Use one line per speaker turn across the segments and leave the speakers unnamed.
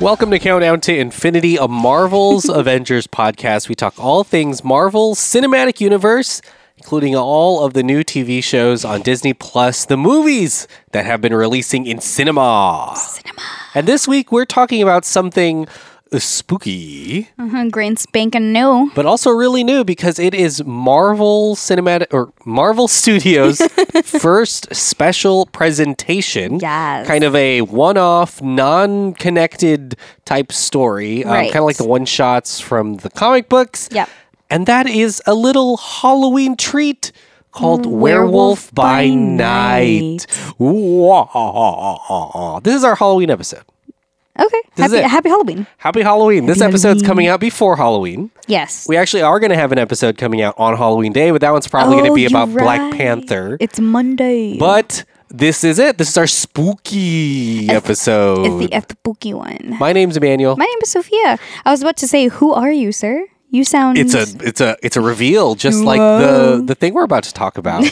Welcome to Countdown to Infinity, a Marvel's Avengers podcast. We talk all things Marvel Cinematic Universe, including all of the new TV shows on Disney Plus, the movies that have been releasing in cinema. Cinema. And this week we're talking about something spooky,
Uh-huh, Grand spanking new.
but also really new because it is Marvel Cinematic or Marvel Studios' first special presentation.
Yes.
Kind of a one off, non connected type story. Um,
Right.
Kind of like the one shots from the comic books.
Yep.
And that is a little Halloween treat called Werewolf,
Mm, Werewolf
by,
by
Night. Ooh, This is our Halloween episode.
Okay.
This is
Happy,
it.
happy Halloween.
Happy Halloween. This episode's coming out before Halloween.
Yes.
We actually are going to have an episode coming out on Halloween Day, but that one's probably going to
Oh,
be
you're
about Black
right.
Panther.
It's Monday.
but this is it. This is our spooky episode.
it's the spooky one.
My name's Emmanuel.
My name is Sophia. I was about to say, who are you, sir? You sound.
it's a it's a it's a reveal, just like the the thing we're about to talk about.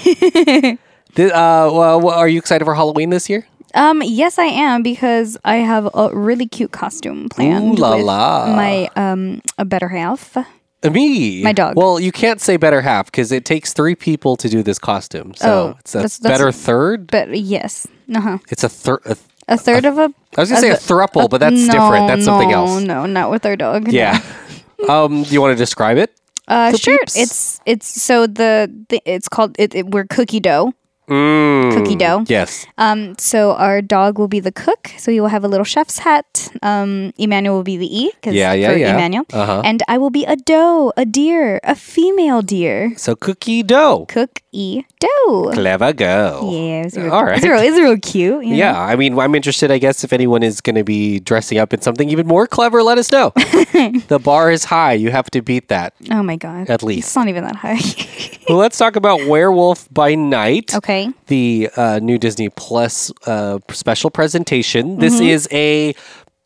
Th- uh, well, well, are you excited for Halloween this year?
Um. Yes, I am because I have a really cute costume planned.
Ooh la
with
la.
My um a better half.
Uh, Me,
My dog.
Well, you can't say better half because it takes three people to do this costume. So
Oh,
it's a
that's- that's-
better third.
But yes. Uh huh.
It's a third. I
A third of a.
was gonna say a thruple, but that's
no,
different. That's something
no,
else.
No, not with our dog. no.
Yeah. um, do you want to describe it?
Uh,
For
sure.
peeps.
It's it's so the, the it's called it, it. We're cookie dough.
Mm,
Cookie dough.
Yes.
Um, so our dog will be the cook. So he will have a little chef's hat. Um, Emmanuel will be the E. 'cause
Yeah, yeah,
for
yeah.
Emmanuel.
Uh-huh.
And I will be a doe, a deer, a female deer.
So cookie dough.
Cook E doe.
Clever girl.
Yeah, it's real,
All right.
it's real, it's real cute. you know?
Yeah, I mean, I'm interested. I guess if anyone is going to be dressing up in something even more clever, let us know. the bar is high. You have to beat that.
Oh my god.
At least.
it's not even that high.
Well, let's talk about Werewolf by Night,
okay.
the uh, new Disney Plus uh, special presentation. This
Mm-hmm.
is a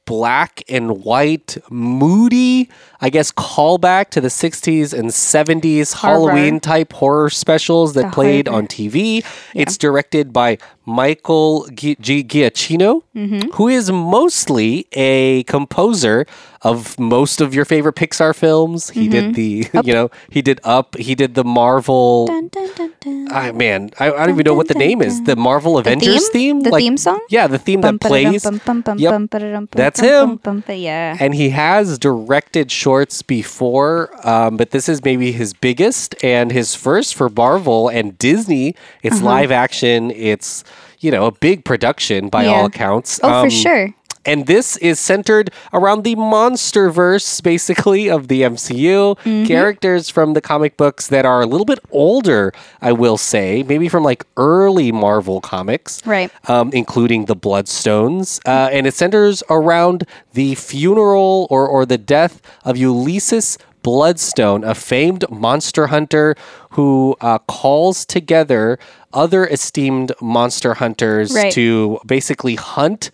black and white, moody, I guess, callback to the 60s and 70s
Horror.
Halloween type horror specials that
The
played
horror.
on TV. It's directed by Michael Gi- Gi- Giacchino,
Mm-hmm.
who is mostly a composer of most of your favorite Pixar films. He did the, you know, he did Up, he did the Marvel.
Mm-hmm. Dun, dun, dun, dun.
I man, I, I don't even know what the name is. The Marvel Avengers
theme?
theme,
The theme song?
Yeah, the theme that plays. Yep. That's
That's
him.
Yeah.
And he has directed shorts before, um, but this is maybe his biggest and his first for Marvel and Disney. It's
Uh-huh.
live action. It's you know a big production by
Yeah.
all accounts.
Oh,
Um,
for sure.
And this is centered around the monster verse, basically, of the MCU.
Mm-hmm.
Characters from the comic books that are a little bit older, I will say, maybe from like early Marvel comics.
Right.
Um, including the Bloodstones. Uh, and it centers around the funeral or, or the death of Ulysses Bloodstone, a famed monster hunter who uh, calls together other esteemed monster hunters
Right.
to basically hunt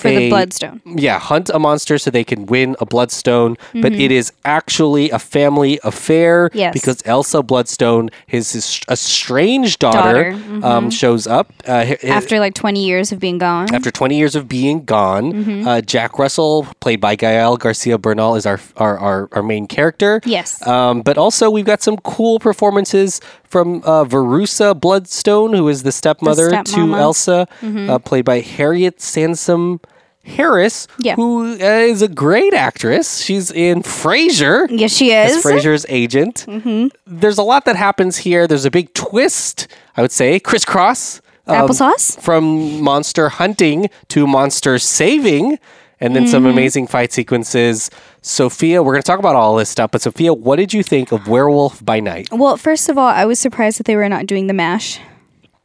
For the
a-
bloodstone.
Yeah, hunt a monster so they can win a bloodstone, but it is actually a family affair
Mm-hmm. Yes.
because Elsa Bloodstone, his, his estranged daughter,
Daughter, Mm-hmm.
um, shows up uh, hi- hi-
After like 20 years of being gone.
after 20 years of being gone.
Mm-hmm.
Uh, Jack Russell, played by Gael Garcia Bernal, is our our, our, our main character.
Yes.
Um, but also, we've got some cool performances from uh, Verusa Bloodstone, who is the stepmother to
stepmama. Mm-hmm.
Elsa, uh, played by Harriet Sansom Harris,
Yeah.
who uh, is a great actress. She's in Frasier
Yes, she
as
is. Mm-hmm.
Frasier's agent. There's a lot that happens here. There's a big twist, I would say, crisscross.
Applesauce?
From monster hunting to monster saving, and then
Mm-hmm.
some amazing fight sequences. Sophia, we're going to talk about all this stuff, but Sophia, what did you think of Werewolf by Night?
Well, first of all, I was surprised that they were not doing the mash.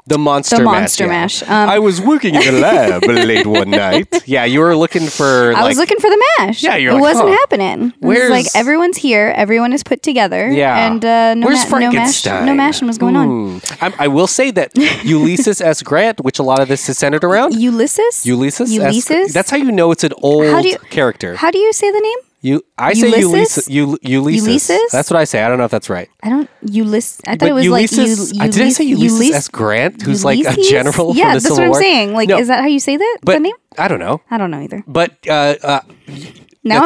The monster mash.
monster
yeah.
mash, um,
I was working in the lab late one night. Yeah, you were looking for.
I
like,
was looking for the mash.
Yeah, you're
it
like,
wasn't
huh,
happening.
where's-
It's like everyone's here, everyone is put together.
Yeah.
and uh, no,
Where's
ma- no mash,
Frankenstein?
no mashing was going on.
I, hmm. I will say that Ulysses S. Grant, which a lot of this is centered around,
Ulysses.
Ulysses. S.
Ulysses.
That's how you know it's an old
do you-
character.
How do you say the name?
You, I say Ulysses.
Ulysses?
Ulysses. Ulysses.
Ulysses?
That's what I say. I don't know if that's right.
I don't Ulysses. I thought it was
Ulysses.
like
uh,
Ul-
did I say Ulysses
Ulysses-
S. Grant, who's like a
Ulysses?
general
Yeah,
from the
that's
Civil
what I'm
War?
saying. Like,
No,
is that how you say that? the
but
name?
I don't know.
I don't know either.
But uh, uh,
Now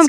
that's-
I'm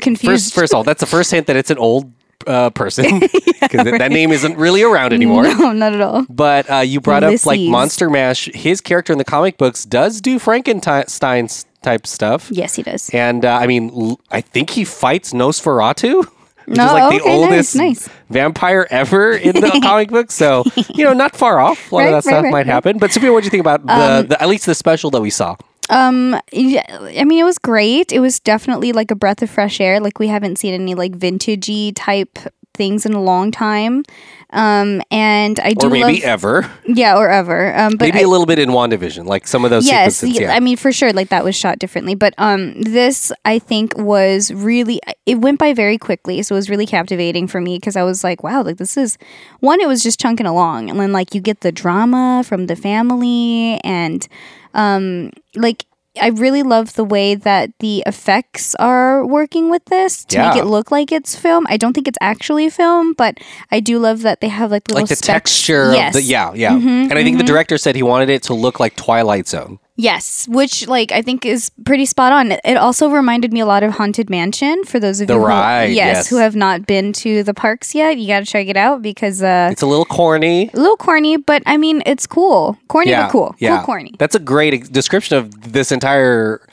First,
confused.
first of all, that's the first hint that it's an old uh, person because that name isn't really around anymore.
no, not at all.
But uh, you brought up like
Ulysses.
Monster Mash. His character in the comic books does do Frankenstein s- type stuff.
Yes, he does.
And uh, I mean, l- I think he fights Nosferatu, which
No,
is like the
Oh, okay, nice,
oldest
nice.
vampire ever in the comic books. So you know, not far off. A lot of
Right,
that
right,
stuff
right,
might
right.
happen. But Sophia, what do you think about the, the at least the special that we saw?
Um, yeah, I mean, it was great. It was definitely like a breath of fresh air. Like we haven't seen any like vintagey type things in a long time. Um, and I do
Or maybe
love
ever,
yeah, or ever. Um, but
maybe
I-
a little bit in Wandavision, like some of those
yes,
sequences.
y-
Yeah,
I mean, for sure, like that was shot differently. But um, this I think was really it went by very quickly, so it was really captivating for me because I was like, wow, like this is one. It was just chunking along, and then like you get the drama from the family, and um, like. I really love the way that the effects are working with this to
Yeah.
make it look like it's film. I don't think it's actually film, but I do love that they have like little
like the
specs-
texture.
Yes, Mm-hmm,
Of the, yeah, yeah. and I think the director said he wanted it to look like Twilight Zone.
Yes, which like I think is pretty spot on. It- It also reminded me a lot of Haunted Mansion for those of
The
you
ride,
who,
yes.
who have not been to the parks yet. You got to check it out because uh,
It's a little corny.
a little corny, but I mean it's cool. Corny but cool. Cool corny.
That's a great ex- description of this entire.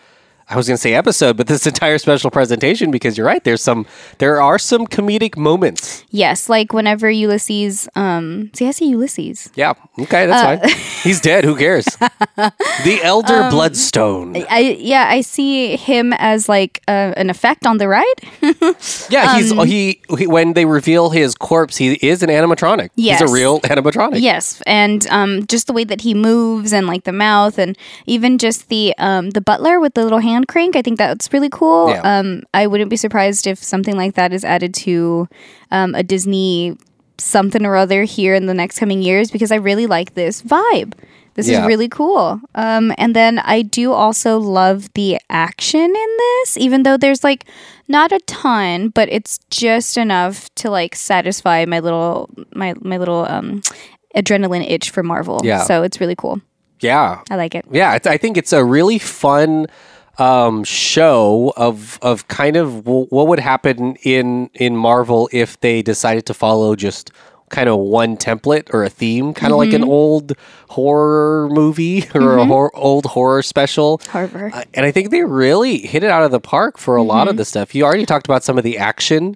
I was going to say episode, but this entire special presentation because you're right. There's some, there are some comedic moments.
Yes, like whenever Ulysses um see I say Ulysses.
Yeah. Okay,
Uh,
that's fine. He's dead. Who cares? the Elder Bloodstone.
Um, I yeah, I see him as like uh, an effect on the ride.
yeah, he's
um,
he, he. When they reveal his corpse, he is an animatronic.
Yes.
He's a real animatronic.
Yes, and um, just the way that he moves and like the mouth and even just the um, the butler with the little hand crank, I think that's really cool.
Yeah.
Um, I wouldn't be surprised if something like that is added to um, a Disney something or other here in the next coming years because I really like this vibe. This
Yeah.
is really cool. Um, and then I do also love the action in this, even though there's like not a ton, but it's just enough to like satisfy my little my my little um, adrenaline itch for Marvel.
Yeah.
So it's really cool.
Yeah.
I like it.
Yeah, it's, I think it's a really fun um, show of of kind of w- what would happen in in Marvel if they decided to follow just kind of one template or a theme, kind of like an old horror movie or a hor- old horror special.
Harvard.
Uh, and I think they really hit it out of the park for a
Mm-hmm.
lot of the stuff. You already talked about some of the action,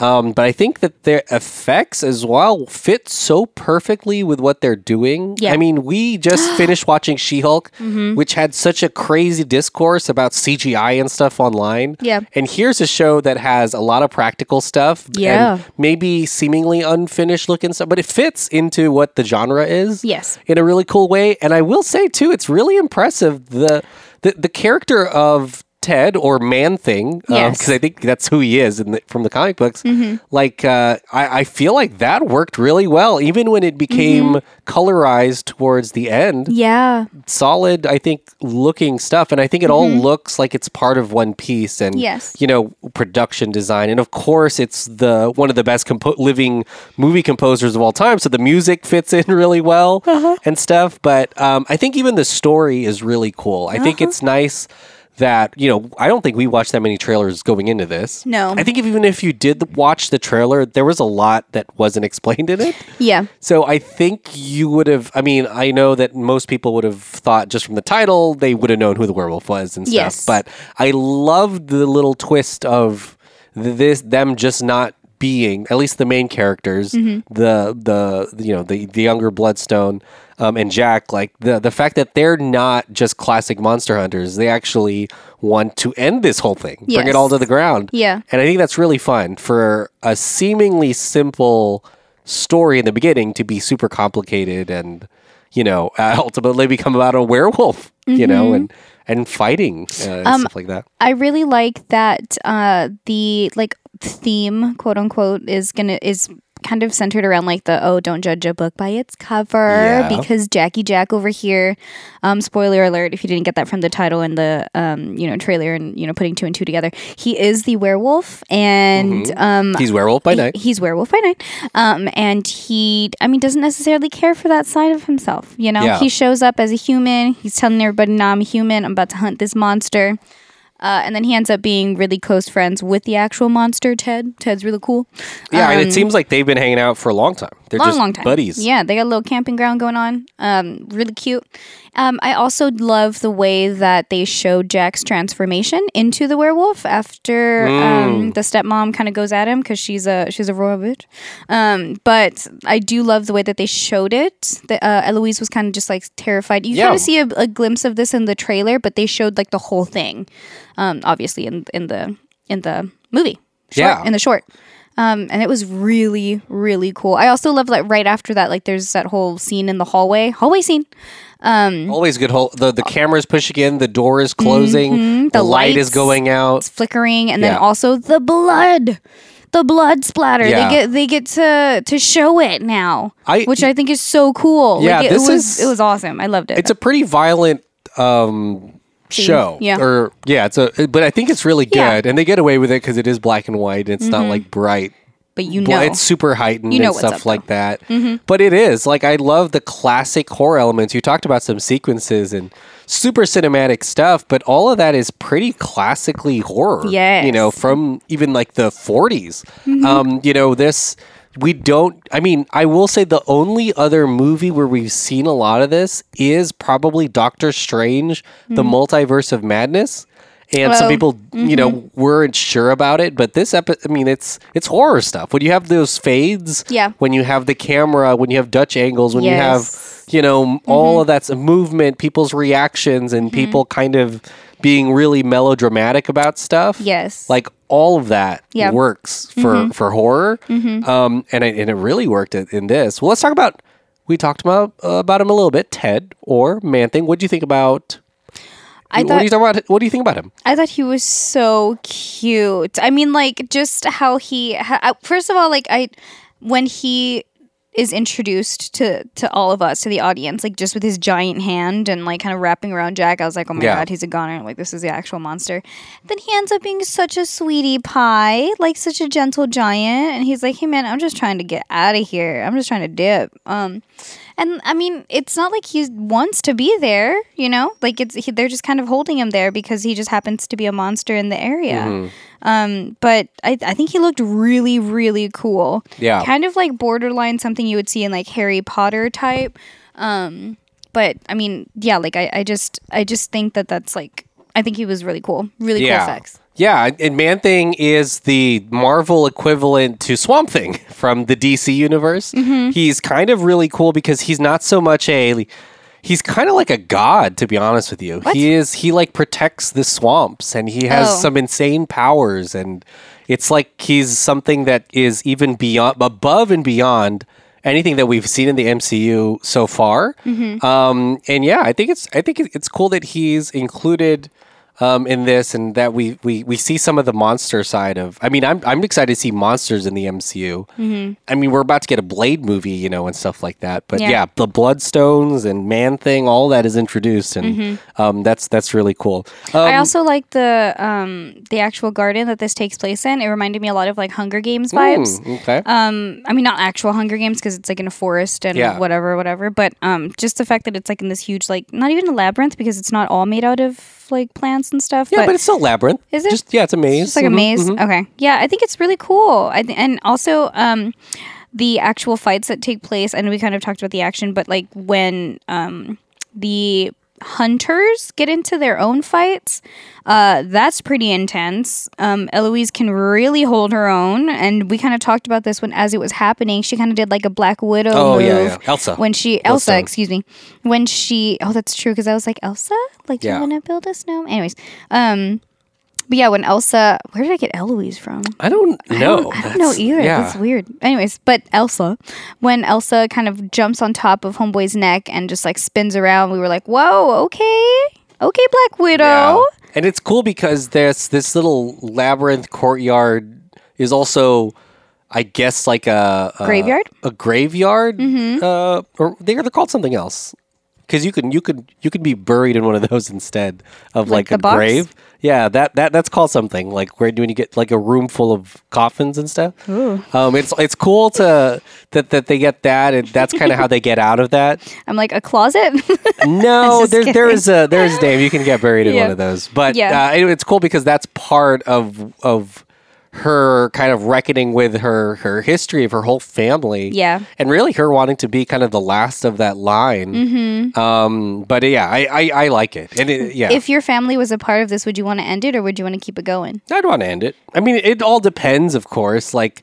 um, but I think that their effects as well fit so perfectly with what they're doing.
Yeah. Mm-hmm.
I mean, we just finished watching She Hulk, which had such a crazy discourse about CGI and stuff online.
Yeah.
And here's a show that has a lot of practical stuff.
Yeah.
And maybe seemingly unfinished looking stuff, but it fits into what the genre is
Yes.
in a really cool way. And I will say too, it's really impressive the the, the character of Ted or Man Thing because
Yes. Mm-hmm.
I think that's who he is in the, from the comic books. Like uh, I, I feel like that worked really well, even when it became
Mm-hmm.
colorized towards the end.
Yeah.
Solid, I think, looking stuff, and I think it all looks like it's part of one piece. And
Mm-hmm. Yes.
you know, production design, and of course, it's the one of the best compo- living movie composers of all time. So the music fits in really well
Uh-huh.
and stuff. But um, I think even the story is really cool. I
Uh-huh.
think it's nice that you know I don't think we watched that many trailers going into this.
No.
I think if, even if you did watch the trailer, there was a lot that wasn't explained in it.
Yeah.
So I think you would have. I mean, I know that most people would have thought just from the title they would have known who the werewolf was and stuff.
Yes.
But I loved the little twist of th- this them just not being at least the main characters,
Mm-hmm.
the the you know the the younger Bloodstone um, and Jack. Like the the fact that they're not just classic monster hunters. They actually want to end this whole thing, bring it
Yes.
all to the ground.
Yeah.
And I think that's really fun for a seemingly simple story in the beginning to be super complicated and, you know, uh, ultimately become about a werewolf, you
Mm-hmm.
know, and and fighting uh, and
Um,
stuff like that.
I really like that uh, the like theme, quote unquote, is gonna is kind of centered around like the oh don't judge a book by its cover
Yeah.
because Jackie Jack over here um spoiler alert if you didn't get that from the title and the um you know trailer and you know putting two and two together he is the werewolf and um
He's werewolf by night.
he- he's werewolf by night um and he I mean doesn't necessarily care for that side of himself you know
Yeah.
he shows up as a human he's telling everybody now I'm a human I'm about to hunt this monster uh, and then he ends up being really close friends with the actual monster, Ted. Ted's really cool.
Yeah, and
Um,
it seems like they've been hanging out for a long time. They're
long,
just
long time.
buddies.
Yeah, they got a little camping ground going on. Um, really cute. Um, I also love the way that they show Jack's transformation into the werewolf after um,
Mm.
the stepmom kind of goes at him because she's a she's a royal bitch. Um, but I do love the way that they showed it. That uh, Eloise was kind of just like terrified. You
Yeah.
kind of see a, a glimpse of this in the trailer, but they showed like the whole thing. Um, obviously in in the in the movie. Short,
Yeah.
In the short. Um, and it was really, really cool. I also love like right after that, like there's that whole scene in the hallway, hallway scene.
Always good. Whole, the the camera's pushing in, the door is closing, the,
Oh. Mm-hmm. the
light is
lights.
going out.
It's flickering, and
Yeah.
then also the blood, the blood splatter.
Yeah.
They get they get to to show it now,
I-
which I think is so cool.
Yeah,
like, it
this
was
is-
it was awesome. I loved it.
It's a pretty violent um, show.
Yeah.
Or yeah, it's a but I think it's really good,
Yeah.
and they get away with it because it is black and white. And it's not like bright.
but you
Well,
know,
it's super heightened
You know
and
what's
stuff
up, Mm-hmm.
like that. But it is like I love the classic horror elements. You talked about some sequences and super cinematic stuff, but all of that is pretty classically horror.
Yes.
you know, from even like the 40s.
Mm-hmm.
Um, you know, this we don't. I mean, I will say the only other movie where we've seen a lot of this is probably Doctor Strange: The Multiverse of Madness. And some
Mm-hmm. Well, mm-hmm.
people people, you know weren't sure about it but this epi- i mean it's it's horror stuff when you have those fades
Yeah.
when you have the camera when you have dutch angles when
Yes. Mm-hmm.
you have you know m all of that's movement people's reactions and people kind of being really melodramatic about stuff
Yes.
like all of that
Yeah.
works for
Mm-hmm.
for horror um and it, and it really worked in, in this well let's talk about we talked about uh, about him a little bit ted or man thing what do you think about what
I thought-
do you talk about what do you think about him
I thought he was so cute. I mean, like just how he. ha- I- first of all, like I, when he is introduced to to all of us to the audience, like just with his giant hand and like kind of wrapping around Jack, I was like, oh my
Yeah.
god, he's a goner. Like this is the actual monster. Then he ends up being such a sweetie pie, like such a gentle giant, and he's like, hey man, I'm just trying to get out of here. I'm just trying to dip. Um, and I mean, it's not like he wants to be there, you know? Like it's he, they're just kind of holding him there because he just happens to be a monster in the area.
Mm-hmm.
Um, but I, I think he looked really, really cool.
Yeah.
Kind of like borderline something you would see in like Harry Potter type. Um, but I mean, yeah, like I, I just I just think that that's like I think he was really cool. Really cool effects.
Yeah, and Man Thing is the Marvel equivalent to Swamp Thing from the DC universe.
Mm-hmm.
He's kind of really cool because he's not so much a he's kind of like a god to be honest with you. He is he like protects the swamps and he has
Oh.
some insane powers and it's like he's something that is even beyond above and beyond anything that we've seen in the MCU so far.
Mm-hmm.
Um, and yeah, I think it's I think it- it's cool that he's included um, in this and that we, we we see some of the monster side of. I mean, I'm I'm excited to see monsters in the MCU. I mean, we're about to get a Blade movie, you know, and stuff like that. But yeah,
Mm-hmm. Yeah.
the Bloodstones and Man Thing, all that is introduced, and um, that's that's really cool. Um,
Mm-hmm. I also like the um the actual garden that this takes place in. It reminded me a lot of like Hunger Games vibes.
mm, okay.
um i mean not actual hunger games because it's like in a forest and
Yeah.
whatever whatever but um just the fact that it's like in this huge like not even a labyrinth because it's not all made out of like plants and stuff
yeah, but, it's still a labyrinth.
uh, Is it?
Just yeah, it's a maze.
just like a
Mhm.
maze okay yeah i think it's really cool I th- and also um the actual fights that take place and we kind of talked about the action but like when um the hunters get into their own fights uh that's pretty intense um eloise can really hold her own and we kind of talked about this when as it was happening she kind of did like a black widow
Oh,
move
yeah, yeah. Elsa.
when she elsa, excuse me when she oh that's true because i was like elsa like do
Yeah.
you want to build a snow anyways um but yeah, when Elsa, where did I get Eloise from?
I don't know.
I don't know
That's-
either.
Yeah.
That's weird. Anyways, but Elsa, when Elsa kind of jumps on top of Homeboy's neck and just like spins around, we were like, whoa, okay. Okay, Black Widow.
Yeah. And it's cool because this this little labyrinth courtyard is also I guess like a, a
Graveyard? Mm-hmm.
a graveyard, uh, or they, they're called something else. Because you can you could you could be buried in one of those instead of
Like
like,
the
a
box?
grave. Yeah, that, that that's called something like where when you get like a room full of coffins and stuff. Um, it's it's cool to that that they get that and that's kind of how they get out of that.
I'm like a closet.
No,
just
there, there
kidding.
is a there is a name you can get buried in
Yeah.
one of those. But
Yeah.
uh, anyway, it's cool because that's part of of her kind of reckoning with her her history of her whole family.
Yeah.
and really her wanting to be kind of the last of that line. Mm-hmm. Um, but yeah, I, I I like it, and it, yeah,
if your family was a part of this, would you want to end it or would you want to keep it going?
I'd want to end it. I mean, it all depends, of course. Like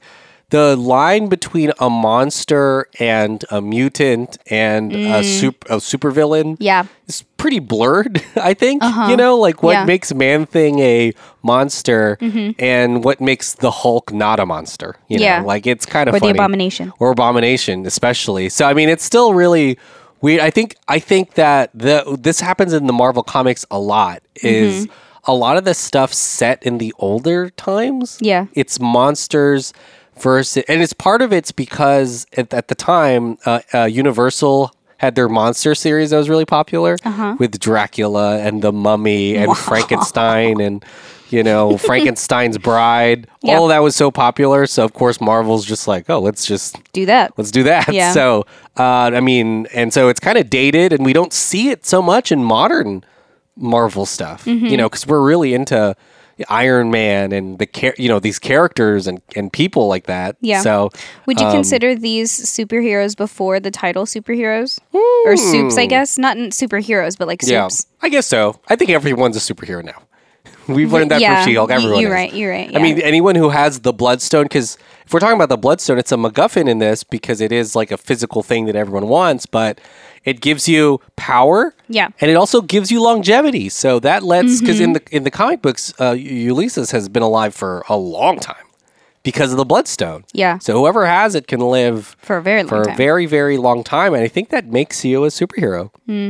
the line between a monster and a mutant and
Mm.
a super a supervillain.
Yeah.
It's pretty blurred, I think. You know, like what
Uh-huh. Yeah.
makes
Mm-hmm.
Man Thing a monster and what makes the Hulk not a monster. You
Yeah.
know, like it's kind of
Or the
funny.
Abomination.
Or Abomination, especially. So I mean it's still really weird. I think I think that the this happens in the Marvel comics a lot is
Mm-hmm.
a lot of the stuff set in the older times.
Yeah.
It's monsters versus and it's part of it's because at, at the time uh, uh, Universal had their monster series that was really popular with Dracula and the Mummy and Frankenstein and you know Frankenstein's Bride.
Yeah.
All that was so popular, so of course Marvel's just like, oh, let's just
Do that.
let's do that.
Yeah.
So uh, I mean, and so it's kind of dated, and we don't see it so much in modern Marvel stuff,
Mm-hmm.
you know, because we're really into Iron Man and the char- you know these characters and and people like that.
Yeah.
So
Would
Um,
you consider these superheroes before the title superheroes or soups? I guess not n- superheroes, but like
yeah,
soups.
I guess so. I think everyone's a superhero now. We've learned that
yeah,
from She-Hulk.
y-
Everyone
you're
is.
right, you're right, yeah.
I mean, anyone who has the Bloodstone, because if we're talking about the Bloodstone, it's a MacGuffin in this because it is like a physical thing that everyone wants, but it gives you power.
Yeah. Mm-hmm.
and it also gives you longevity. So that lets because in the in the comic books, uh, Ulysses has been alive for a long time because of the Bloodstone.
Yeah.
So whoever has it can live
For a very long
for a
time.
very very long time, and I think that makes you a superhero.
Mm.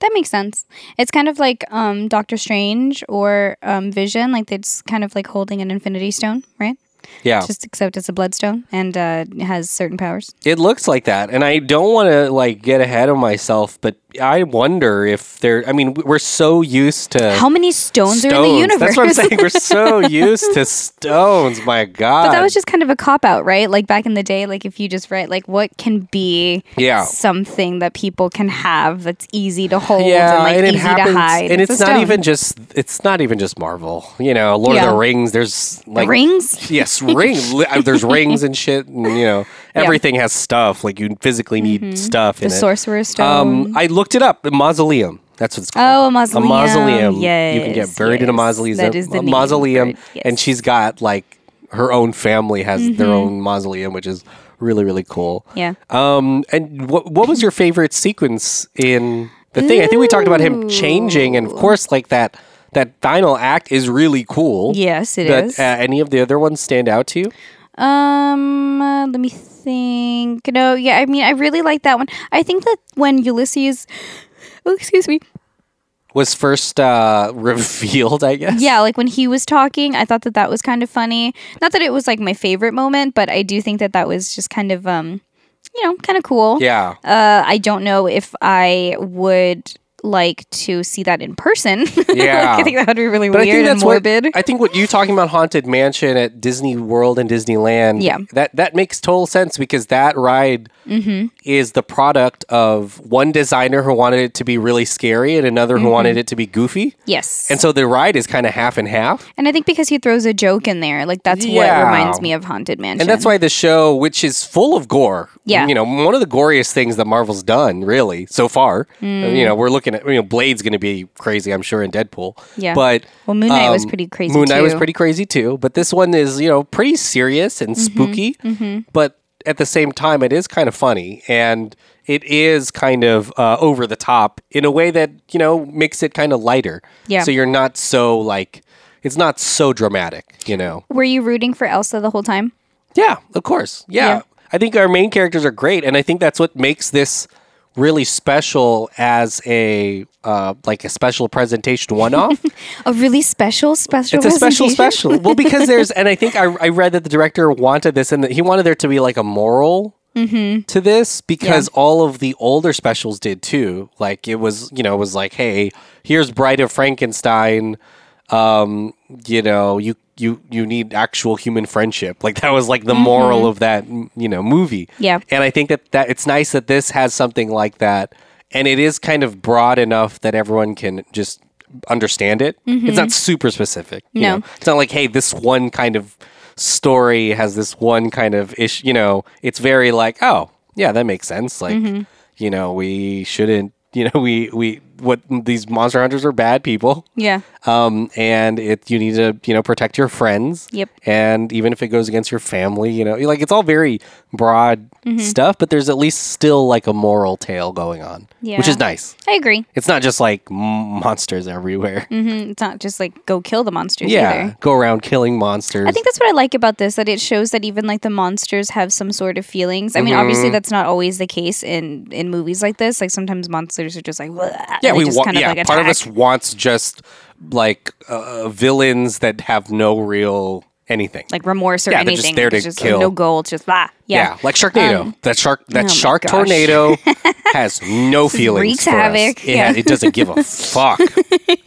That makes sense. It's kind of like um, Doctor Strange or um, Vision. Like it's kind of like holding an Infinity Stone, right?
Yeah.
Just except it's a Bloodstone and uh, has certain powers.
It looks like that, and I don't want to like get ahead of myself, but I wonder if there. I mean, we're so used to
How many stones, are in the universe?
That's what I'm saying. We're so used to stones. My God,
But that was just kind of a cop out, right? Like back in the day, like if you just write like what can be
Yeah.
something that people can have that's easy to hold and like
it
easy to hide.
and it's,
a
not
stone.
even just. It's not even just Marvel. You know, Lord
Yeah.
of the Rings. There's like
rings.
Yes, ring. li- uh, There's rings and shit, and you know everything has stuff. Like you physically need stuff.
Mm-hmm. The
in it.
sorcererer's stone.
Um, I looked it up. A mausoleum. That's what it's called.
Oh, a mausoleum.
A mausoleum. you can
Yes,
get buried in a
yes.
mausoleum.
That is the
a
name
mausoleum,
for it, yes. Mm-hmm.
and she's got like her own family has their own mausoleum, which is really really cool.
Yeah.
Um, and what what was your favorite sequence in the thing? I think we talked about him changing, and of course, like that that final act is really cool.
Yes, it
it is.
is.
Uh, any of the other ones stand out to you?
Um, uh, let me think. No, yeah, I mean, I really like that one. I think that when Ulysses, oh, excuse me,
Was first uh, revealed, I guess.
yeah, like when he was talking, I thought that that was kind of funny. Not that it was like my favorite moment, but I do think that that was just kind of, um, you know, kind of cool.
Yeah.
Uh, I don't know if I would like to see that in person.
Yeah.
like, I think that would be really
But I
weird
think
and
that's
morbid.
What, I think what you talking about haunted mansion at Disney World and Disneyland.
Yeah.
that that makes total sense because that ride
Mm-hmm.
is the product of one designer who wanted it to be really scary and another
Mm-hmm.
who wanted it to be goofy,
yes.
and so the ride is kind of half and half.
And I think because he throws a joke in there, like that's
Yeah.
what reminds me of Haunted Mansion.
And that's why the show, which is full of gore,
Yeah.
you know, one of the goriest things that Marvel's done, really, so far. Uh, You know, we're looking at, you know, Blade's going to be crazy, I'm sure, in Deadpool.
Yeah.
But um,
Well, Moon Knight was pretty crazy,
Moon Knight was
too.
pretty crazy too, but this one is, you know, pretty serious
Mm-hmm.
and spooky, but at the same time, it is kind of funny and it is kind of uh, over the top in a way that you know makes it kind of lighter.
Yeah.
So you're not so like it's not so dramatic, you know.
Were you rooting for Elsa the whole time?
Yeah, of course. Yeah.
Yeah.
I think our main characters are great, and I think that's what makes this really special as a uh, like a special presentation one-off.
A really special, special.
it's a special,
presentation?
special. Well, because there's, and I think I, I read that the director wanted this, and that he wanted there to be like a moral to this because all of the older specials did too. Like it was, you know, it was like, hey, here's Bride of Frankenstein. Um, you know, you you you need actual human friendship. Like that was like the moral of that, m- you know, movie.
Yeah.
And I think that that it's nice that this has something like that, and it is kind of broad enough that everyone can just understand it. It's not super specific. you
No.
know? It's not like, hey, this one kind of story has this one kind of issue. You know, it's very like, oh, yeah, that makes sense. Like, you know, we shouldn't, you know, we, we, what these monster hunters are bad people.
Yeah.
Um, and it, you need to, you know, protect your friends.
Yep.
And even if it goes against your family, you know, like it's all very broad
Mm-hmm.
stuff, but there's at least still like a moral tale going on, which
Yeah.
is nice.
I agree.
It's not just like m- monsters everywhere.
Mm, It's not just like go kill the monsters
Yeah,
either.
go around killing monsters.
I think that's what I like about this that it shows that even like the monsters have some sort of feelings. I mean,
Mm-hmm.
obviously that's not always the case in in movies like this. Like sometimes monsters are just like "Bleh,"
yeah,
they
we
just
want. Yeah, part of
attack.
us wants just like uh, villains that have no real anything.
like remorse or
Yeah, they're
anything.
just there
Like,
to
it's just, like,
kill.
no goal, it's just blah.
yeah.
Yeah. Um, oh
like Sharknado. that shark. That
my
shark
gosh.
tornado has no feelings.
wreaks
for us.
havoc,
It,
yeah. Uh-huh.
has- it doesn't give a fuck.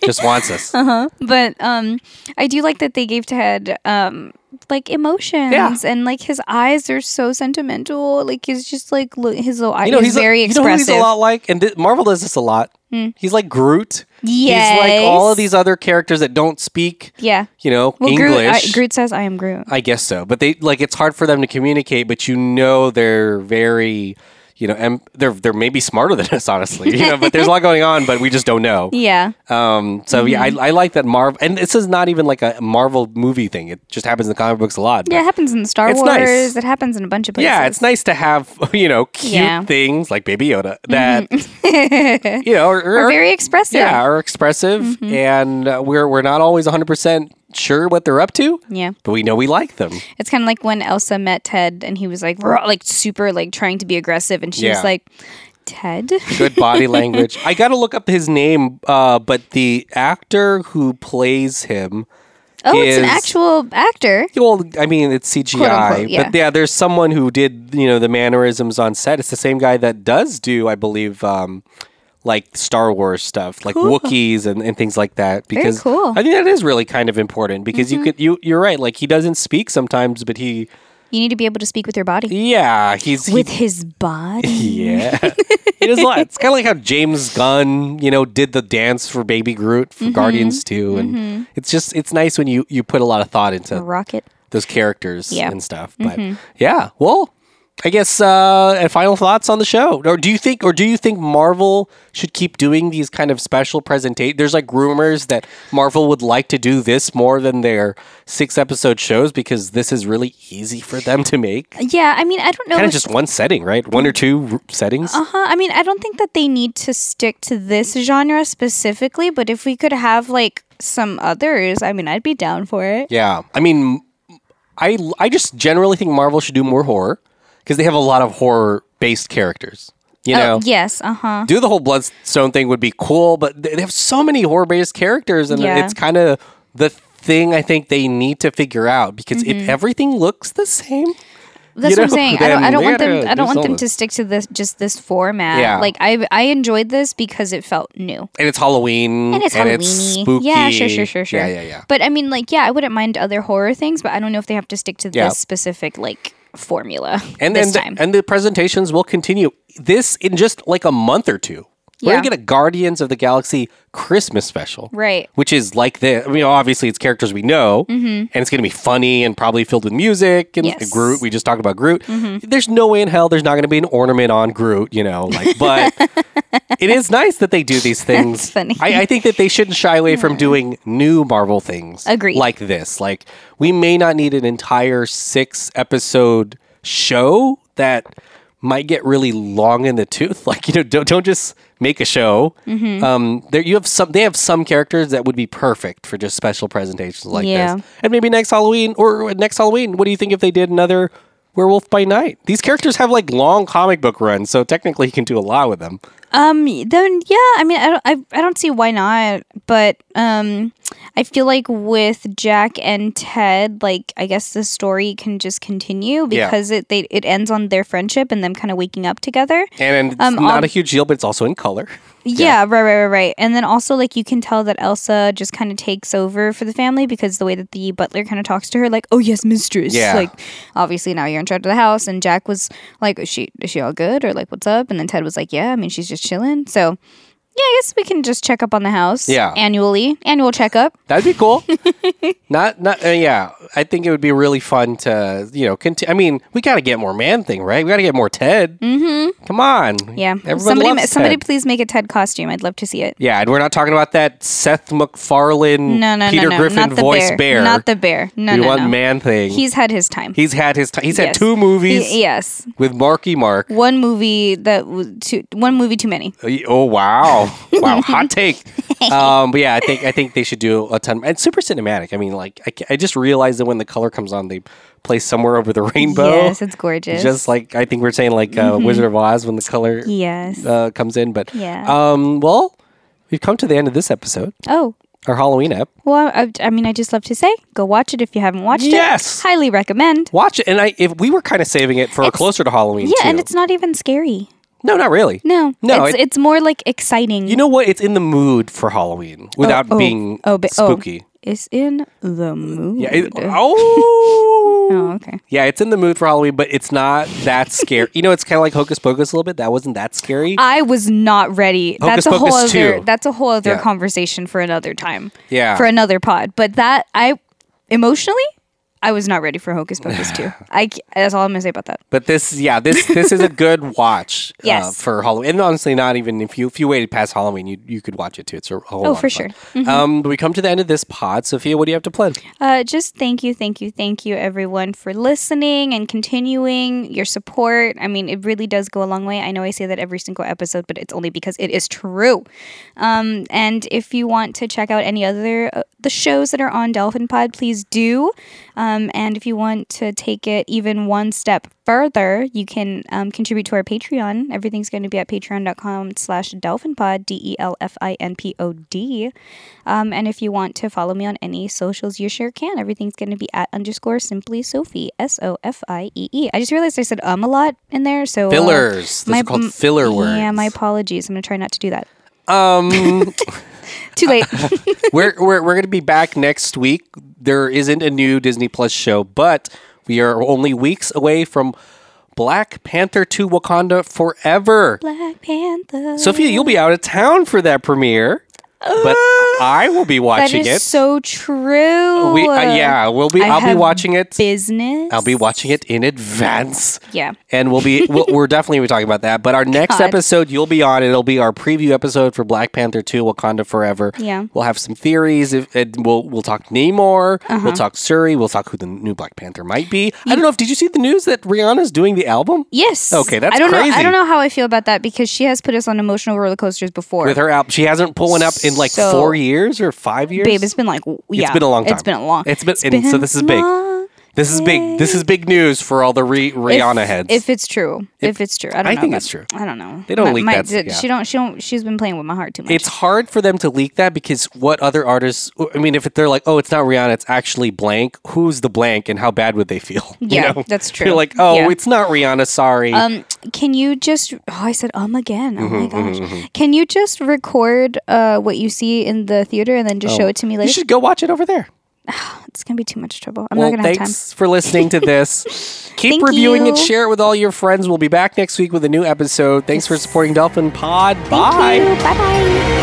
just wants us.
But um I do like that they gave Ted um like emotions and like his eyes are so sentimental. Like he's just like look his little eyes.
You know,
he's, very
a, you know who
expressive. Hmm.
he's a lot like, and th- Marvel does this a lot. He's like Groot. He's like all of
Yes.
these other characters that don't speak.
Yeah.
You know,
Well,
English. Uh,
Groot, I, Groot says, "I am Groot."
I guess so, but they like it's hard for them to communicate. But you know they're very, you know, em- they're they're maybe smarter than us, honestly. You know, but there's a lot going on, but we just don't know.
Yeah,
Um, so yeah,
Mm-hmm.
I, I like that Marvel, and this is not even like a Marvel movie thing. It just happens in the comic books a lot. but-
yeah, it happens in Star
It's
Wars.
nice.
It happens in a bunch of places.
yeah, it's nice to have you know cute
Yeah.
things like Baby Yoda that you know are,
We're very expressive. Mm-hmm.
yeah are expressive, and uh, we're we're not always 100 percent sure what they're up to,
Yeah.
but we know we like them.
It's kind of like when Elsa met Ted, and he was like, raw, like super, like trying to be aggressive, and she
Yeah.
was like, "Ted."
good body language. I got to look up his name, uh, but the actor who plays him.
Oh, it's an
is-
actual actor.
Well, I mean, it's CGI,
yeah.
but yeah, there's someone who did you know the mannerisms on set. It's the same guy that does do, I believe, um, like Star Wars stuff, like Wookiees and, and things like that. Because
cool. Mm-hmm.
I think that is really kind of important because you could you you're right. Like he doesn't speak sometimes, but he
You need to be able to speak with your body.
yeah he's he
With his body.
Yeah. it is a lot. It's kind of like how James Gunn, you know, did the dance for Baby Groot
Mm-hmm.
for Guardians 2 and it's just it's nice when you you put a lot of thought into
Rocket.
those characters
Yeah. Mm-hmm.
and stuff. But yeah, well, I guess uh and final thoughts on the show. Or do you think or do you think Marvel should keep doing these kind of special presentation there's like rumors that Marvel would like to do this more than their six episode shows because this is really easy for them to make.
Yeah, I mean, I don't know.
Kind of
if-
just one setting, right? One or two r- settings.
Uh-huh. I mean, I don't think that they need to stick to this genre specifically, but if we could have like some others, I mean, I'd be down for it.
Yeah, I mean, I I just generally think Marvel should do more horror because they have a lot of horror based characters. You know,
Oh, yes, uh-huh.
do the whole Bloodstone thing would be cool, but they they have so many horror based characters, and
Yeah.
it's kind of the thing I think they need to figure out because if everything looks the same,
Mm-hmm. That's
you
what I'm
know,
saying. I don't, I
then
don't want
they
them
gotta
I don't
do
want them
something.
to stick to this just this format.
Yeah.
Like I I enjoyed this because it felt new.
and it's Halloween
And it's Halloween.
spooky,
Yeah, sure, sure, sure, sure.
yeah, yeah, yeah.
But I mean like yeah, I wouldn't mind other horror things, but I don't know if they have to stick to
Yeah.
this specific like formula
and
this
and,
time.
and the uh, presentations will continue this in just like a month or two. We're
Yeah.
gonna get a Guardians of the Galaxy Christmas special,
Right. Mm-hmm.
Which is like this. I mean, obviously it's characters we know, and it's gonna be funny and probably filled with music and
Yes. Mm-hmm.
Groot. We just talked about Groot. There's no way in hell there's not gonna be an ornament on Groot, you know. Like, but it is nice that they do these things.
That's funny.
I, I think that they shouldn't shy away from doing new Marvel things.
Hmm. Agreed.
Like this. Like we may not need an entire six episode show that might get really long in the tooth. Like you know, don't don't just make a show.
Mm-hmm.
Um, there you have some. They have some characters that would be perfect for just special presentations like
Yeah.
this. And maybe next Halloween or next Halloween. What do you think if they did another Werewolf by Night. These characters have like long comic book runs, so technically you can do a lot with them.
Um, then yeah, I mean, I don't, I, I don't see why not, but um, I feel like with Jack and Ted, like I guess the story can just continue
Yeah.
because it they it ends on their friendship and them kind of waking up together.
And it's
Um,
not
um,
a huge deal, but it's also in color.
Yeah. right, right, right, right. And then also like you can tell that Elsa just kind of takes over for the family because the way that the butler kind of talks to her, like, "Oh yes, mistress."
Yeah.
Like, obviously now you're in charge of the house. And Jack was like, "Is she is she all good?" Or like, "What's up?" And then Ted was like, "Yeah, I mean she's just chilling." So. Yeah, I guess we can just check up on the house.
Yeah.
Annually, annual checkup.
That'd be cool. not, not, uh, yeah. I think it would be really fun to, you know, conti- I mean, we got to get more Man Thing, right? We got to get more Ted. Mm-hmm. Come on.
Yeah.
Everybody
somebody,
loves
somebody,
Ted.
please make a Ted costume. I'd love to see it.
Yeah, and we're not talking about that Seth MacFarlane,
No, no,
Peter
no, no.
Griffin
Not the
voice
bear.
bear.
Not the bear. No,
we
no,
want
no.
Man Thing.
He's had his time.
he's had his time. He's had
Yes.
two movies
He- yes,
with Marky Mark.
one movie that was too one movie too many.
Oh wow, wow, hot take. Um, but yeah, I think I think they should do a ton and super cinematic. I mean, like I, ca- I just realized that when the color comes on, they play somewhere over the rainbow.
Yes, it's gorgeous.
Just like I think we're saying, like uh, Wizard of Oz when the color
yes.
uh, comes in. But
Yeah.
um, well, we've come to the end of this episode,
oh
our Halloween app.
well, I, I mean, I just love to say, go watch it if you haven't watched
Yes.
it. Highly recommend.
Watch it, and I if we were kind of saving it for
It's-
closer to Halloween.
Yeah,
too.
and it's not even scary.
no, not really.
No,
No,
it's,
it-
it's more like exciting.
You know what? It's in the mood for Halloween without
oh,
being
oh, but- oh.
spooky.
it's in the mood.
Yeah. it- oh.
oh, okay.
Yeah, it's in the mood for Halloween, but it's not that scary. you know, it's kind of like Hocus Pocus a little bit. That wasn't that scary.
I was not ready.
Hocus
that's a whole
Pocus
other
2.
that's a whole other
Yeah.
conversation for another time.
Yeah.
For another pod. But that I emotionally I was not ready for Hocus Pocus 2. I c- that's all I'm going to say about that.
but this, yeah, this this is a good watch. uh,
Yes.
for Halloween, and honestly, not even if you if you waited past Halloween, you you could watch it too. It's a whole.
Oh,
lot
for
of fun. Um, we come to the end of this pod. Sophia, what do you have to play?
Uh, just thank you, thank you, thank you everyone for listening and continuing your support. I mean, it really does go a long way. I know I say that every single episode, but it's only because it is true. Um, and if you want to check out any other uh, the shows that are on Dolphin Pod, please do. Um, and if you want to take it even one step further, you can um, contribute to our Patreon. Everything's going to be at patreon.com slash delphinpod, D-E-L-F-I-N-P-O-D. Um, and if you want to follow me on any socials, you sure can. Everything's going to be at underscore simply Sophie, S-O-F-I-E-E. I just realized I said um a lot in there, so... uh,
Fillers. Those are called filler
Yeah,
words.
my apologies. I'm going to try not to do that.
Um,
Too late.
we're we're, we're going to be back next week. There isn't a new Disney Plus show, but we are only weeks away from Black Panther 2 Wakanda Forever.
Black Panther.
Sophia, you'll be out of town for that premiere, but I will be
Oh, That
watching
is
it.
so true.
we, uh, yeah, we'll be.
I
I'll be
have
watching it.
Business.
I'll be watching it in advance.
Yeah.
And we'll be we'll, we're definitely gonna be talking about that. But our next
God.
episode you'll be on. It'll be our preview episode for Black Panther Two: Wakanda Forever.
Yeah.
We'll have some theories. If and we'll we'll talk Namor.
Uh-huh.
We'll talk Suri. We'll talk who the new Black Panther might be. I don't know if did you see the news that Rihanna's doing the album
Yes.
Okay, that's
I don't know.
crazy.
I don't know how I feel about that because she has put us on emotional roller coasters before.
with her album. She hasn't put one up in like
So-
four years or five years.
Babe, it's been like w- yeah,
been a long
It's
time.
been a long.
It's been- and so this is big.
long.
This is big. This is big news for all the Ri- Rihanna
if,
heads.
If it's true, if, it's true, I don't
I
know.
think
about-
it's true.
I don't know.
They don't
My-
leak
my-
that s-
She
yeah.
don't. She don't. She's been playing with my heart too much.
it's hard for them to leak that because what other artists? I mean, if they're like, "Oh, it's not Rihanna, it's actually blank." Who's the blank, and how bad would they feel? You
Yeah,
know?
that's
You're
true.
like, "Oh,
Yeah.
it's not Rihanna. Sorry."
Um, can you just? Oh, I said um again. Oh
Mm-hmm,
my gosh. Can you just record uh what you see in the theater and then just show it to
Oh.
me
you
later?
should go watch it over there.
It's gonna be too much trouble. I'm
Well,
not gonna have time.
thanks for listening to this. Keep
Thank
reviewing it.
you.
Share it with all your friends. We'll be back next week with a new episode. Thanks for supporting Dolphin Pod.
Thank
Bye.
you. Bye bye.